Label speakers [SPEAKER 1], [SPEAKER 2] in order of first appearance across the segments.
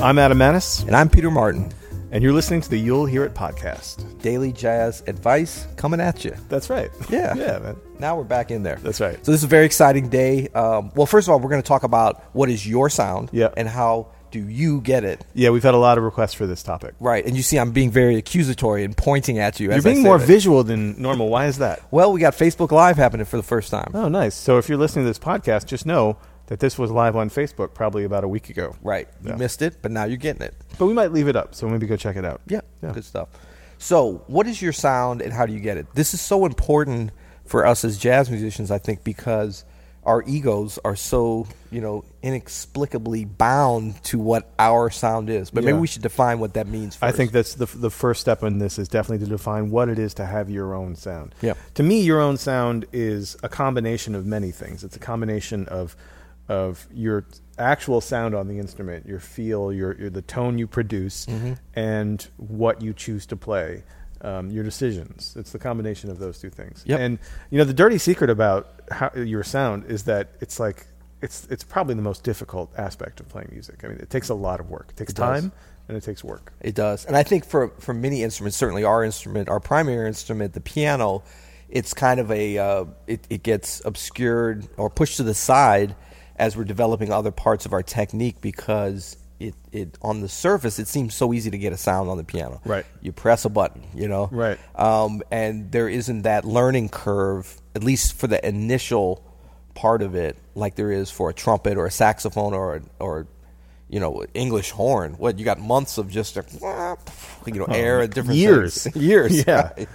[SPEAKER 1] I'm Adam Manis,
[SPEAKER 2] And I'm Peter Martin.
[SPEAKER 1] and you're listening to the You'll Hear It podcast.
[SPEAKER 2] Daily jazz advice coming at you.
[SPEAKER 1] That's right.
[SPEAKER 2] Yeah.
[SPEAKER 1] Yeah, man.
[SPEAKER 2] Now we're back in there.
[SPEAKER 1] That's right.
[SPEAKER 2] So this is a very exciting day. Um, well, first of all, we're going to talk about what is your sound
[SPEAKER 1] Yeah.
[SPEAKER 2] and how do you get it.
[SPEAKER 1] Yeah, we've had a lot of requests for this topic.
[SPEAKER 2] Right. And you see, I'm being very accusatory and pointing at you.
[SPEAKER 1] You're
[SPEAKER 2] as I
[SPEAKER 1] being
[SPEAKER 2] say
[SPEAKER 1] more
[SPEAKER 2] that.
[SPEAKER 1] visual than normal. Why is that?
[SPEAKER 2] well, we got Facebook Live happening for the first time.
[SPEAKER 1] Oh, nice. So if you're listening to this podcast, just know that this was live on Facebook probably about a week ago.
[SPEAKER 2] Right. You
[SPEAKER 1] Yeah.
[SPEAKER 2] missed it, but now you're getting it.
[SPEAKER 1] But we might leave it up, so maybe go check it out.
[SPEAKER 2] Yeah,
[SPEAKER 1] Yeah.
[SPEAKER 2] good stuff. So, what is your sound and how do you get it? This is so important for us as jazz musicians, I think, because our egos are so, you know, inexplicably bound to what our sound is. But maybe
[SPEAKER 1] Yeah.
[SPEAKER 2] we should define what that means
[SPEAKER 1] I
[SPEAKER 2] first.
[SPEAKER 1] think that's the, the first step in this is definitely to define what it is to have your own sound.
[SPEAKER 2] Yeah.
[SPEAKER 1] To me, your own sound is a combination of many things. It's a combination of of your actual sound on the instrument, your feel, your, your the tone you produce,
[SPEAKER 2] Mm-hmm.
[SPEAKER 1] and what you choose to play. Um, your decisions. It's the combination of those two things.
[SPEAKER 2] Yep.
[SPEAKER 1] And you know the dirty secret about how, your sound is that it's like it's it's probably the most difficult aspect of playing music. I mean, it takes a lot of work. It takes
[SPEAKER 2] does.
[SPEAKER 1] time and it takes work.
[SPEAKER 2] It does, and I think for for many instruments, certainly our instrument, our primary instrument, the piano, it's kind of a uh, it, it gets obscured or pushed to the side as we're developing other parts of our technique because it it on the surface it seems so easy to get a sound on the piano.
[SPEAKER 1] Right.
[SPEAKER 2] you press a button, you know.
[SPEAKER 1] Right.
[SPEAKER 2] um, and there isn't that learning curve, at least for the initial part of it, like there is for a trumpet or a saxophone or or you know English horn. What you got months of just a, you know air and different
[SPEAKER 1] years.
[SPEAKER 2] things. years,
[SPEAKER 1] Yeah.
[SPEAKER 2] right?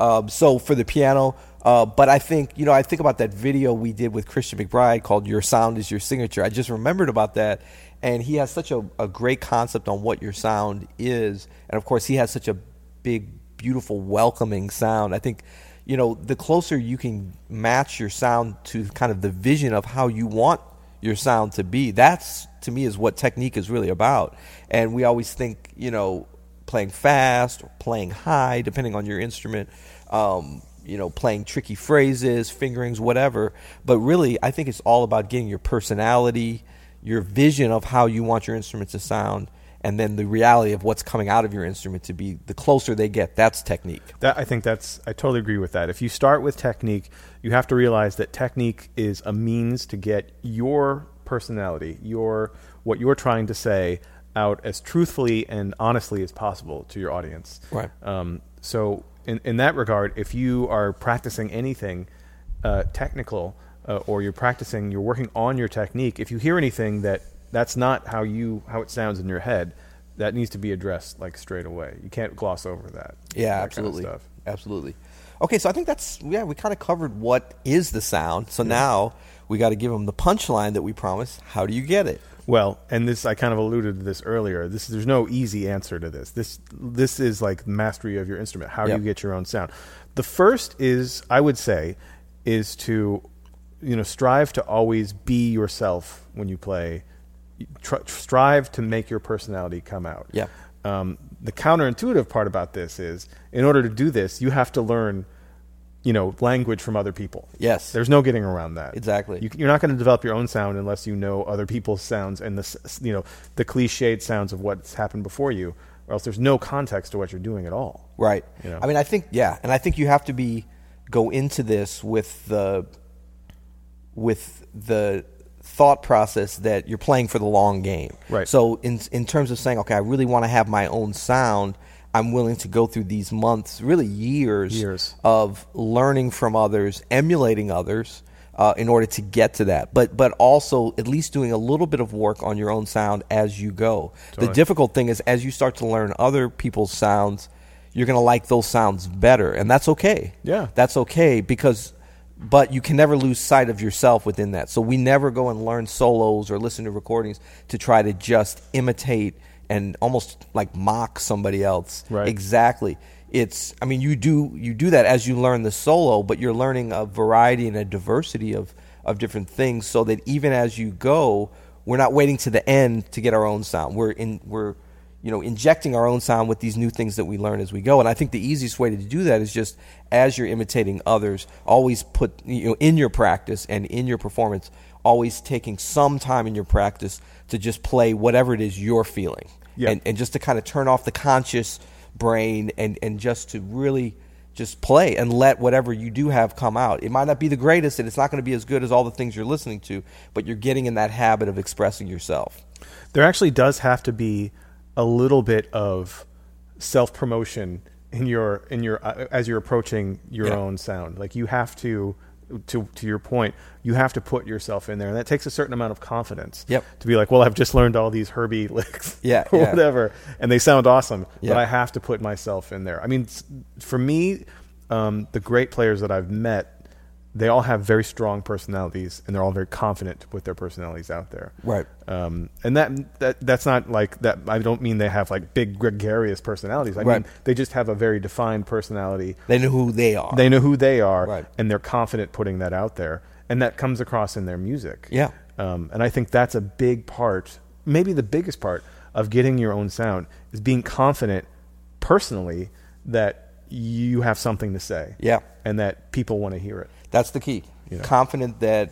[SPEAKER 2] Um, so for the piano, uh, but I think you know I think about that video we did with Christian McBride called "Your Sound Is Your Signature." I just remembered about that, and he has such a, a great concept on what your sound is, and of course he has such a big, beautiful, welcoming sound. I think you know the closer you can match your sound to kind of the vision of how you want your sound to be. That's to me is what technique is really about. And we always think, you know, playing fast, playing high, depending on your instrument, um, you know, playing tricky phrases, fingerings, whatever. But really, I think it's all about getting your personality, your vision of how you want your instrument to sound, and then the reality of what's coming out of your instrument to be. The closer they get, that's technique.
[SPEAKER 1] That I think that's I totally agree with that. If you start with technique, you have to realize that technique is a means to get your personality, your what you're trying to say out as truthfully and honestly as possible to your audience.
[SPEAKER 2] Right.
[SPEAKER 1] Um, so in in that regard, if you are practicing anything uh, technical uh, or you're practicing, you're working on your technique. If you hear anything that that's not how you how it sounds in your head, that needs to be addressed like straight away. You can't gloss over that. that
[SPEAKER 2] Yeah,
[SPEAKER 1] kind of
[SPEAKER 2] absolutely.
[SPEAKER 1] stuff.
[SPEAKER 2] Absolutely. Okay, so I think that's yeah, we kind of covered what is the sound. So now we got to give them the punchline that we promised. How do you get it?
[SPEAKER 1] Well, and this I kind of alluded to this earlier. This there's no easy answer to this. This this is like mastery of your instrument. How
[SPEAKER 2] Yep.
[SPEAKER 1] you get your own sound. The first is I would say is to you know strive to always be yourself when you play. Tr- strive to make your personality come out.
[SPEAKER 2] Yeah.
[SPEAKER 1] Um, the counterintuitive part about this is in order to do this, you have to learn you know language from other people.
[SPEAKER 2] Yes.
[SPEAKER 1] There's no getting around that.
[SPEAKER 2] Exactly.
[SPEAKER 1] You, you're not going to develop your own sound unless you know other people's sounds and the s- s- you know the cliched sounds of what's happened before you, or else there's no context to what you're doing at all.
[SPEAKER 2] Right.
[SPEAKER 1] You know.
[SPEAKER 2] I mean, I think yeah, and I think you have to be go into this with the with the thought process that you're playing for the long game.
[SPEAKER 1] Right.
[SPEAKER 2] So in in terms of saying, okay, I really want to have my own sound. I'm willing to go through these months, really years,
[SPEAKER 1] Years.
[SPEAKER 2] of learning from others, emulating others, uh, in order to get to that. But but also at least doing a little bit of work on your own sound as you go. The
[SPEAKER 1] Totally.
[SPEAKER 2] difficult thing is as you start to learn other people's sounds, you're going to like those sounds better, and that's okay.
[SPEAKER 1] Yeah.
[SPEAKER 2] that's okay because. But you can never lose sight of yourself within that. So we never go and learn solos or listen to recordings to try to just imitate and almost like mock somebody else
[SPEAKER 1] Right.
[SPEAKER 2] exactly it's i mean you do you do that as you learn the solo but you're learning a variety and a diversity of of different things so that even as you go we're not waiting to the end to get our own sound we're in we're you know injecting our own sound with these new things that we learn as we go and i think the easiest way to do that is just as you're imitating others always put you know in your practice and in your performance always taking some time in your practice to just play whatever it is you're feeling
[SPEAKER 1] Yeah.
[SPEAKER 2] and, and just to kind of turn off the conscious brain and, and just to really just play and let whatever you do have come out. It might not be the greatest and it's not going to be as good as all the things you're listening to, but you're getting in that habit of expressing yourself.
[SPEAKER 1] There actually does have to be a little bit of self promotion in your in your uh, as you're approaching your
[SPEAKER 2] Yeah.
[SPEAKER 1] own sound. Like you have to to to your point, you have to put yourself in there, and that takes a certain amount of confidence.
[SPEAKER 2] Yep.
[SPEAKER 1] To be like, well, I've just learned all these Herbie licks,
[SPEAKER 2] Yeah,
[SPEAKER 1] or
[SPEAKER 2] yeah.
[SPEAKER 1] whatever, and they sound awesome,
[SPEAKER 2] Yeah.
[SPEAKER 1] but I have to put myself in there. I mean, s- for me, um, the great players that I've met, they all have very strong personalities, and they're all very confident to put their personalities out there
[SPEAKER 2] Right.
[SPEAKER 1] um, and that that that's not like that. I don't mean they have like big gregarious personalities. I
[SPEAKER 2] Right.
[SPEAKER 1] mean they just have a very defined personality.
[SPEAKER 2] They know who they are.
[SPEAKER 1] They know who they are,
[SPEAKER 2] Right.
[SPEAKER 1] and they're confident putting that out there, and that comes across in their music.
[SPEAKER 2] Yeah.
[SPEAKER 1] um, and I think that's a big part, maybe the biggest part of getting your own sound is being confident personally that you have something to say.
[SPEAKER 2] Yeah.
[SPEAKER 1] and that people want to hear it.
[SPEAKER 2] That's the key.
[SPEAKER 1] Yeah.
[SPEAKER 2] Confident that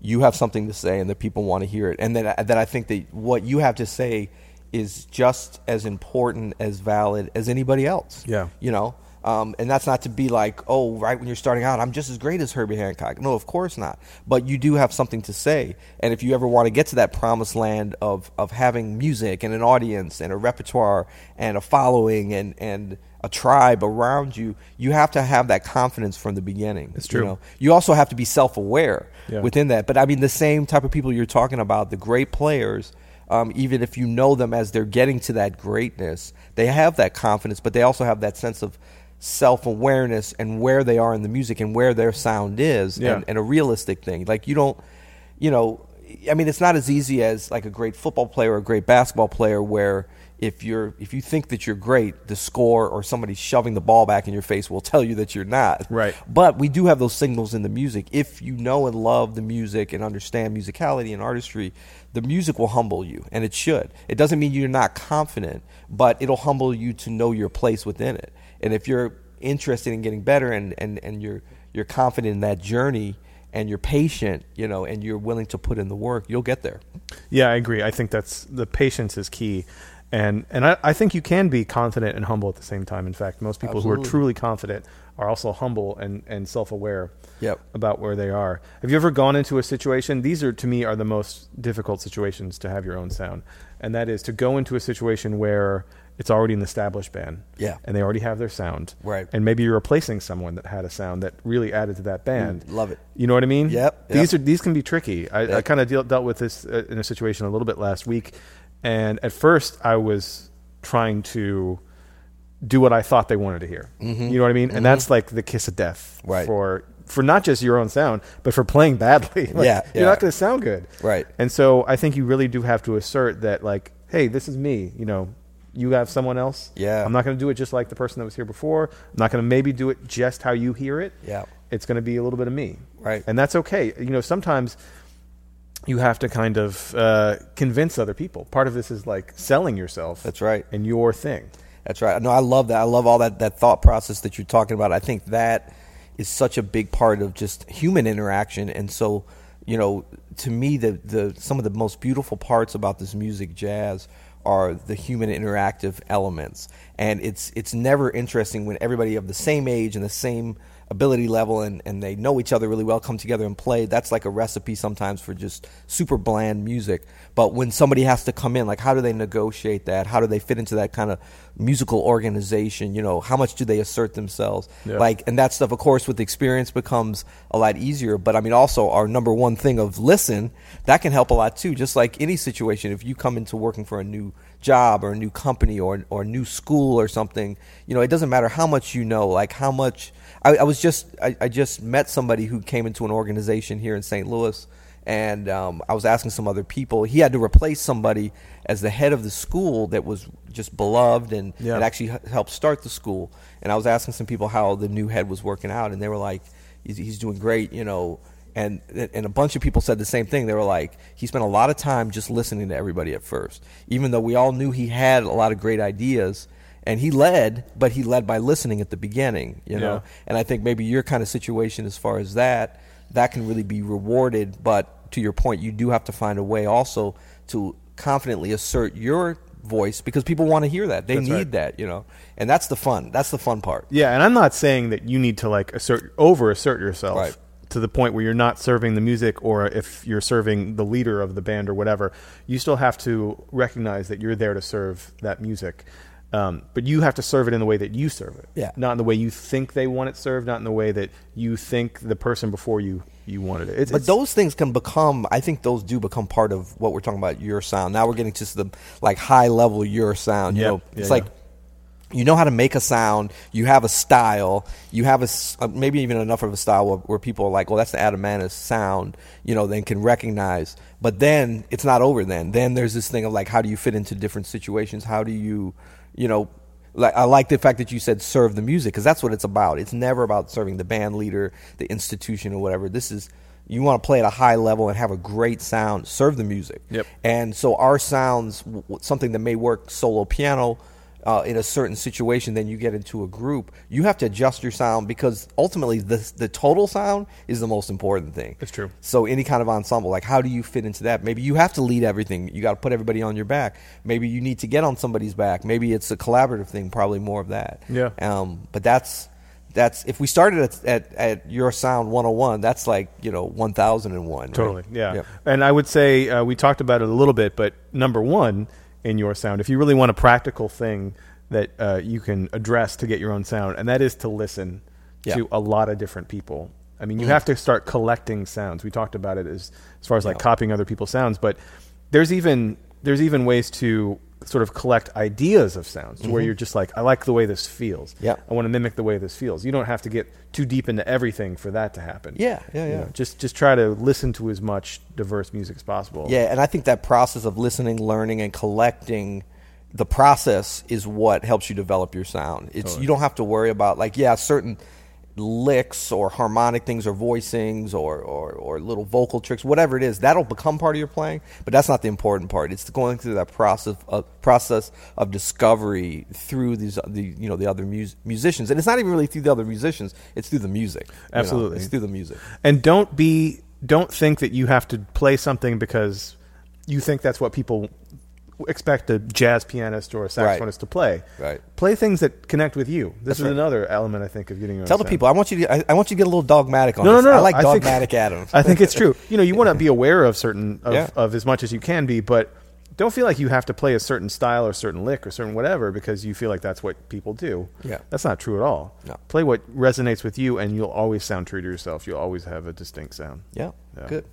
[SPEAKER 2] you have something to say and that people want to hear it, and that that I think that what you have to say is just as important, as valid as anybody else.
[SPEAKER 1] Yeah.
[SPEAKER 2] you know. Um, and that's not to be like, oh, right when you're starting out, I'm just as great as Herbie Hancock. No, of course not. But you do have something to say. And if you ever want to get to that promised land of, of having music and an audience and a repertoire and a following and, and a tribe around you, you have to have that confidence from the beginning. It's
[SPEAKER 1] true.
[SPEAKER 2] You, know? you also have to be self aware
[SPEAKER 1] Yeah.
[SPEAKER 2] within that. But I mean, the same type of people you're talking about, the great players, um, even if you know them as they're getting to that greatness, they have that confidence, but they also have that sense of self awareness and where they are in the music and where their sound is
[SPEAKER 1] Yeah.
[SPEAKER 2] and, and a realistic thing. Like, you don't, you know, I mean, it's not as easy as like a great football player or a great basketball player where. If you're if you think that you're great, the score or somebody shoving the ball back in your face will tell you that you're not.
[SPEAKER 1] Right.
[SPEAKER 2] But we do have those signals in the music. If you know and love the music and understand musicality and artistry, the music will humble you, and it should. It doesn't mean you're not confident, but it'll humble you to know your place within it. And if you're interested in getting better and, and, and you're you're confident in that journey and you're patient, you know, and you're willing to put in the work, you'll get there.
[SPEAKER 1] Yeah, I agree. I think that's the patience is key. And and I, I think you can be confident and humble at the same time. In fact, most people who
[SPEAKER 2] Absolutely.
[SPEAKER 1] are truly confident are also humble and, and self aware
[SPEAKER 2] Yep.
[SPEAKER 1] about where they are. Have you ever gone into a situation? These are to me are the most difficult situations to have your own sound. And that is to go into a situation where it's already an established band.
[SPEAKER 2] Yeah.
[SPEAKER 1] And they already have their sound.
[SPEAKER 2] Right.
[SPEAKER 1] And maybe you're replacing someone that had a sound that really added to that band.
[SPEAKER 2] Mm, love it.
[SPEAKER 1] You know what I mean?
[SPEAKER 2] Yep,
[SPEAKER 1] These
[SPEAKER 2] yep.
[SPEAKER 1] are these can be tricky. I, I
[SPEAKER 2] Yep.
[SPEAKER 1] kind of deal, dealt with this uh, in a situation a little bit last week, and at first I was trying to do what I thought they wanted to hear. You know what I mean? And that's like the kiss of death
[SPEAKER 2] Mm-hmm. Right.
[SPEAKER 1] for for not just your own sound, but for playing badly. Like,
[SPEAKER 2] Yeah,
[SPEAKER 1] you're
[SPEAKER 2] yeah.
[SPEAKER 1] not going to sound good.
[SPEAKER 2] Right.
[SPEAKER 1] And so I think you really do have to assert that, like, hey, this is me. You know, you have someone else.
[SPEAKER 2] Yeah.
[SPEAKER 1] I'm not going to do it just like the person that was here before. I'm not going to maybe do it just how you hear it
[SPEAKER 2] Yeah.
[SPEAKER 1] it's going to be a little bit of me.
[SPEAKER 2] Right.
[SPEAKER 1] And that's okay. You know, sometimes you have to kind of uh, convince other people. Part of this is like selling yourself.
[SPEAKER 2] That's right.
[SPEAKER 1] And your thing.
[SPEAKER 2] That's right. No, I love that. I love all that, that thought process that you're talking about. I think that is such a big part of just human interaction. And so, you know, to me, the, the some of the most beautiful parts about this music, jazz, are the human interactive elements. And it's it's never interesting when everybody of the same age and the same ability level and, and they know each other really well come together and play that's like a recipe sometimes for just super bland music but when somebody has to come in like how do they negotiate that how do they fit into that kind of musical organization you know how much do they assert themselves
[SPEAKER 1] Yeah.
[SPEAKER 2] like and that stuff of course with experience becomes a lot easier but i mean also our number one thing of listen that can help a lot too just like any situation if you come into working for a new job or a new company or, or a new school or something you know it doesn't matter how much you know like how much i, I was just I, I just met somebody who came into an organization here in st louis and um, I was asking some other people. He had to replace somebody as the head of the school that was just beloved and,
[SPEAKER 1] Yeah.
[SPEAKER 2] and actually h- helped start the school. And I was asking some people how the new head was working out, and they were like, "He's, he's doing great," you know. And and a bunch of people said the same thing. They were like, "He spent a lot of time just listening to everybody at first, even though we all knew he had a lot of great ideas." And he led, but he led by listening at the beginning, you know.
[SPEAKER 1] Yeah.
[SPEAKER 2] And I think maybe your kind of situation, as far as that, that can really be rewarded. But to your point, you do have to find a way also to confidently assert your voice because people want to hear that. They
[SPEAKER 1] That's
[SPEAKER 2] need
[SPEAKER 1] right.
[SPEAKER 2] that, you know. And that's the fun. That's the fun part.
[SPEAKER 1] Yeah, and I'm not saying that you need to like assert over assert yourself
[SPEAKER 2] Right.
[SPEAKER 1] to the point where you're not serving the music or if you're serving the leader of the band or whatever. You still have to recognize that you're there to serve that music. Um, but you have to serve it in the way that you serve it.
[SPEAKER 2] Yeah.
[SPEAKER 1] Not in the way you think they want it served, not in the way that you think the person before you you wanted it. It's,
[SPEAKER 2] But
[SPEAKER 1] it's-
[SPEAKER 2] those things can become. I think those do become part of what we're talking about. Your sound. Now we're getting just the like high level your sound.
[SPEAKER 1] Yep.
[SPEAKER 2] You know,
[SPEAKER 1] Yeah,
[SPEAKER 2] it's like you know how to make a sound. You have a style. You have a s- uh, maybe even enough of a style where, where people are like, "Well, that's the Adamanis sound." You know, then can recognize. But then it's not over. Then then there's this thing of like, how do you fit into different situations? How do you, you know. Like I like the fact that you said serve the music because that's what it's about. It's never about serving the band leader, the institution, or whatever. This is you want to play at a high level and have a great sound. Serve the music.
[SPEAKER 1] Yep.
[SPEAKER 2] And so our sounds, w- w- something that may work solo piano uh, in a certain situation, then you get into a group. You have to adjust your sound because ultimately the the total sound is the most important thing.
[SPEAKER 1] It's true.
[SPEAKER 2] So any kind of ensemble, like how do you fit into that? Maybe you have to lead everything. You got to put everybody on your back. Maybe you need to get on somebody's back. Maybe it's a collaborative thing. Probably more of that.
[SPEAKER 1] Yeah.
[SPEAKER 2] Um, but that's that's if we started at, at at your sound 101, that's like you know 1001. right?
[SPEAKER 1] Totally. Yeah.
[SPEAKER 2] Yep.
[SPEAKER 1] And I would say uh, we talked about it a little bit, but number one in your sound, if you really want a practical thing that uh, you can address to get your own sound, and that is to listen
[SPEAKER 2] Yeah. Mm.
[SPEAKER 1] to a lot of different people. I mean, you have to start collecting sounds. We talked about it as as far as like copying other people's sounds, but there's even there's even ways to sort of collect ideas of sounds to where you're just like, I like the way this feels.
[SPEAKER 2] Mm-hmm. Yeah.
[SPEAKER 1] I want to mimic the way this feels. You don't have to get too deep into everything for that to happen.
[SPEAKER 2] Yeah, yeah,
[SPEAKER 1] You
[SPEAKER 2] yeah.
[SPEAKER 1] know, just just try to listen to as much diverse music as possible.
[SPEAKER 2] Yeah, and I think that process of listening, learning, and collecting the process is what helps you develop your sound. It's you don't have to worry about like yeah certain licks or harmonic things or voicings or, or or little vocal tricks whatever it is that'll become part of your playing but that's not the important part it's going through that process of process of discovery through these the you know the other mus- musicians and it's not even really through the other musicians it's through the music you know?
[SPEAKER 1] Absolutely.
[SPEAKER 2] it's through the music
[SPEAKER 1] And don't be don't think that you have to play something because you think that's what people expect a jazz pianist or a saxophonist
[SPEAKER 2] Right.
[SPEAKER 1] to play.
[SPEAKER 2] Right.
[SPEAKER 1] Play things that connect with you. This is another element I think of getting your
[SPEAKER 2] Tell the people. I want you to. I, I want you to get a little dogmatic on
[SPEAKER 1] No, no,
[SPEAKER 2] this.
[SPEAKER 1] no, no.
[SPEAKER 2] I like
[SPEAKER 1] think-
[SPEAKER 2] dogmatic Adams.
[SPEAKER 1] I think it's true. You know, you want to be aware of certain of,
[SPEAKER 2] Yeah.
[SPEAKER 1] of as much as you can be, but don't feel like you have to play a certain style or certain lick or certain whatever because you feel like that's what people do.
[SPEAKER 2] Yeah.
[SPEAKER 1] that's not true at all.
[SPEAKER 2] No.
[SPEAKER 1] Play what resonates with you, and you'll always sound true to yourself. You'll always have a distinct sound.
[SPEAKER 2] Yeah,
[SPEAKER 1] Yeah.
[SPEAKER 2] Good.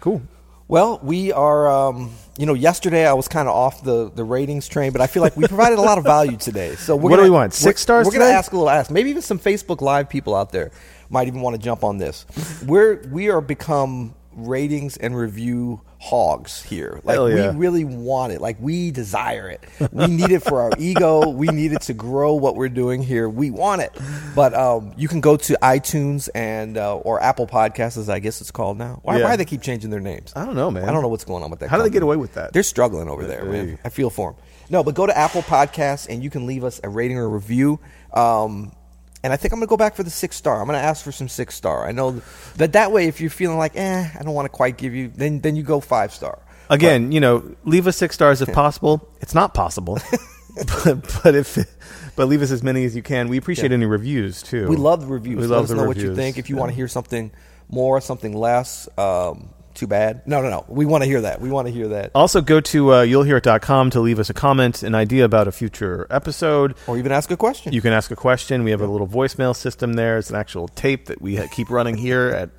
[SPEAKER 1] Cool.
[SPEAKER 2] Well, we are. Um, you know, yesterday I was kind of off the, the ratings train, but I feel like we provided a lot of value today. So we're
[SPEAKER 1] What do
[SPEAKER 2] gonna-
[SPEAKER 1] we want? Six
[SPEAKER 2] we're-
[SPEAKER 1] stars
[SPEAKER 2] We're going to
[SPEAKER 1] today?
[SPEAKER 2] ask a little ask. Maybe even some Facebook Live people out there might even want to jump on this. we're we are become ratings and review hogs here. Like
[SPEAKER 1] Hell yeah.
[SPEAKER 2] we really want it. Like we desire it. We need it for our ego. We need it to grow what we're doing here. We want it. But um, you can go to iTunes and uh, or Apple Podcasts, as I guess it's called now. Why,
[SPEAKER 1] Yeah.
[SPEAKER 2] why do they keep changing their names?
[SPEAKER 1] I don't know, man.
[SPEAKER 2] I don't know what's going on with that.
[SPEAKER 1] How do they
[SPEAKER 2] company.
[SPEAKER 1] get away with that?
[SPEAKER 2] They're struggling over there,
[SPEAKER 1] Hey.
[SPEAKER 2] man. I feel for them. No, but go to Apple Podcasts and you can leave us a rating or review. Um, and I think I'm going to go back for the six star. I'm going to ask for some six star. I know that that way, if you're feeling like, eh, I don't want to quite give you, then then you go five star.
[SPEAKER 1] Again, you know, leave us six stars if possible. It's not possible, but, but if but leave us as many as you can. We appreciate any reviews too.
[SPEAKER 2] We love the reviews.
[SPEAKER 1] We
[SPEAKER 2] Let
[SPEAKER 1] love
[SPEAKER 2] us
[SPEAKER 1] the
[SPEAKER 2] know what you
[SPEAKER 1] reviews.
[SPEAKER 2] think. If you
[SPEAKER 1] Yeah.
[SPEAKER 2] want to hear something more, something less, um, too bad. No, no, no. We want to hear that. We want to hear that.
[SPEAKER 1] Also, go to uh, you'llhearit.com to leave us a comment, an idea about a future episode.
[SPEAKER 2] Or even ask a question.
[SPEAKER 1] Oh. You can ask a question. We have a little voicemail system there. It's an actual tape that we ha- keep running here at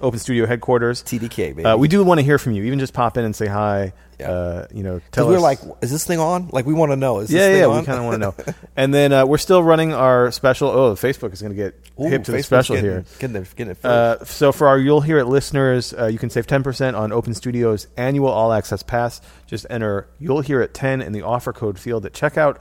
[SPEAKER 1] Open Studio headquarters.
[SPEAKER 2] TDK, baby.
[SPEAKER 1] Uh, we do want to hear from you. Even just pop in and say hi.
[SPEAKER 2] Yeah.
[SPEAKER 1] Uh, you know, tell
[SPEAKER 2] Because
[SPEAKER 1] us.
[SPEAKER 2] we're like, is this thing on? Like, we want to know. Is this
[SPEAKER 1] yeah,
[SPEAKER 2] thing
[SPEAKER 1] yeah,
[SPEAKER 2] on?
[SPEAKER 1] we kind of want to know. And then uh, we're still running our special. Oh, Facebook is going to get
[SPEAKER 2] Ooh,
[SPEAKER 1] hip to the
[SPEAKER 2] Facebook's
[SPEAKER 1] special
[SPEAKER 2] getting,
[SPEAKER 1] here.
[SPEAKER 2] Getting it, getting it first.
[SPEAKER 1] Uh, so for our You'll Hear It listeners, uh, you can save 10% on Open Studio's annual All Access Pass. Just enter You'll Hear It 10 in the offer code field at checkout,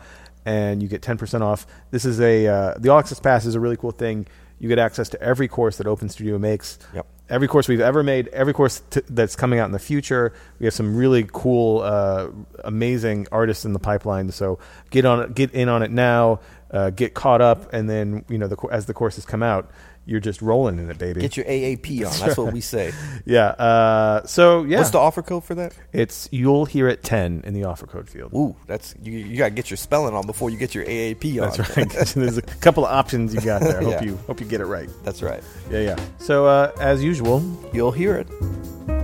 [SPEAKER 1] and you get 10% off. This is a, uh, the All Access Pass is a really cool thing. You get access to every course that Open Studio makes.
[SPEAKER 2] Yep.
[SPEAKER 1] Every course we've ever made, every course t- that's coming out in the future. We have some really cool, uh, amazing artists in the pipeline. So get on, it, get in on it now. Uh, get caught up, and then you know the, co- as the courses come out, you're just rolling in it, baby.
[SPEAKER 2] Get your AAP on. That's what we say.
[SPEAKER 1] yeah. Uh, so yeah,
[SPEAKER 2] What's the offer code for that?
[SPEAKER 1] it's you'll hear it ten in the offer code field.
[SPEAKER 2] Ooh, that's you. You gotta get your spelling on before you get your AAP on.
[SPEAKER 1] That's right. There's a couple of options you got there. I hope
[SPEAKER 2] Yeah.
[SPEAKER 1] you hope you get it right.
[SPEAKER 2] That's right.
[SPEAKER 1] Yeah, yeah. So uh, as usual,
[SPEAKER 2] You'll hear it.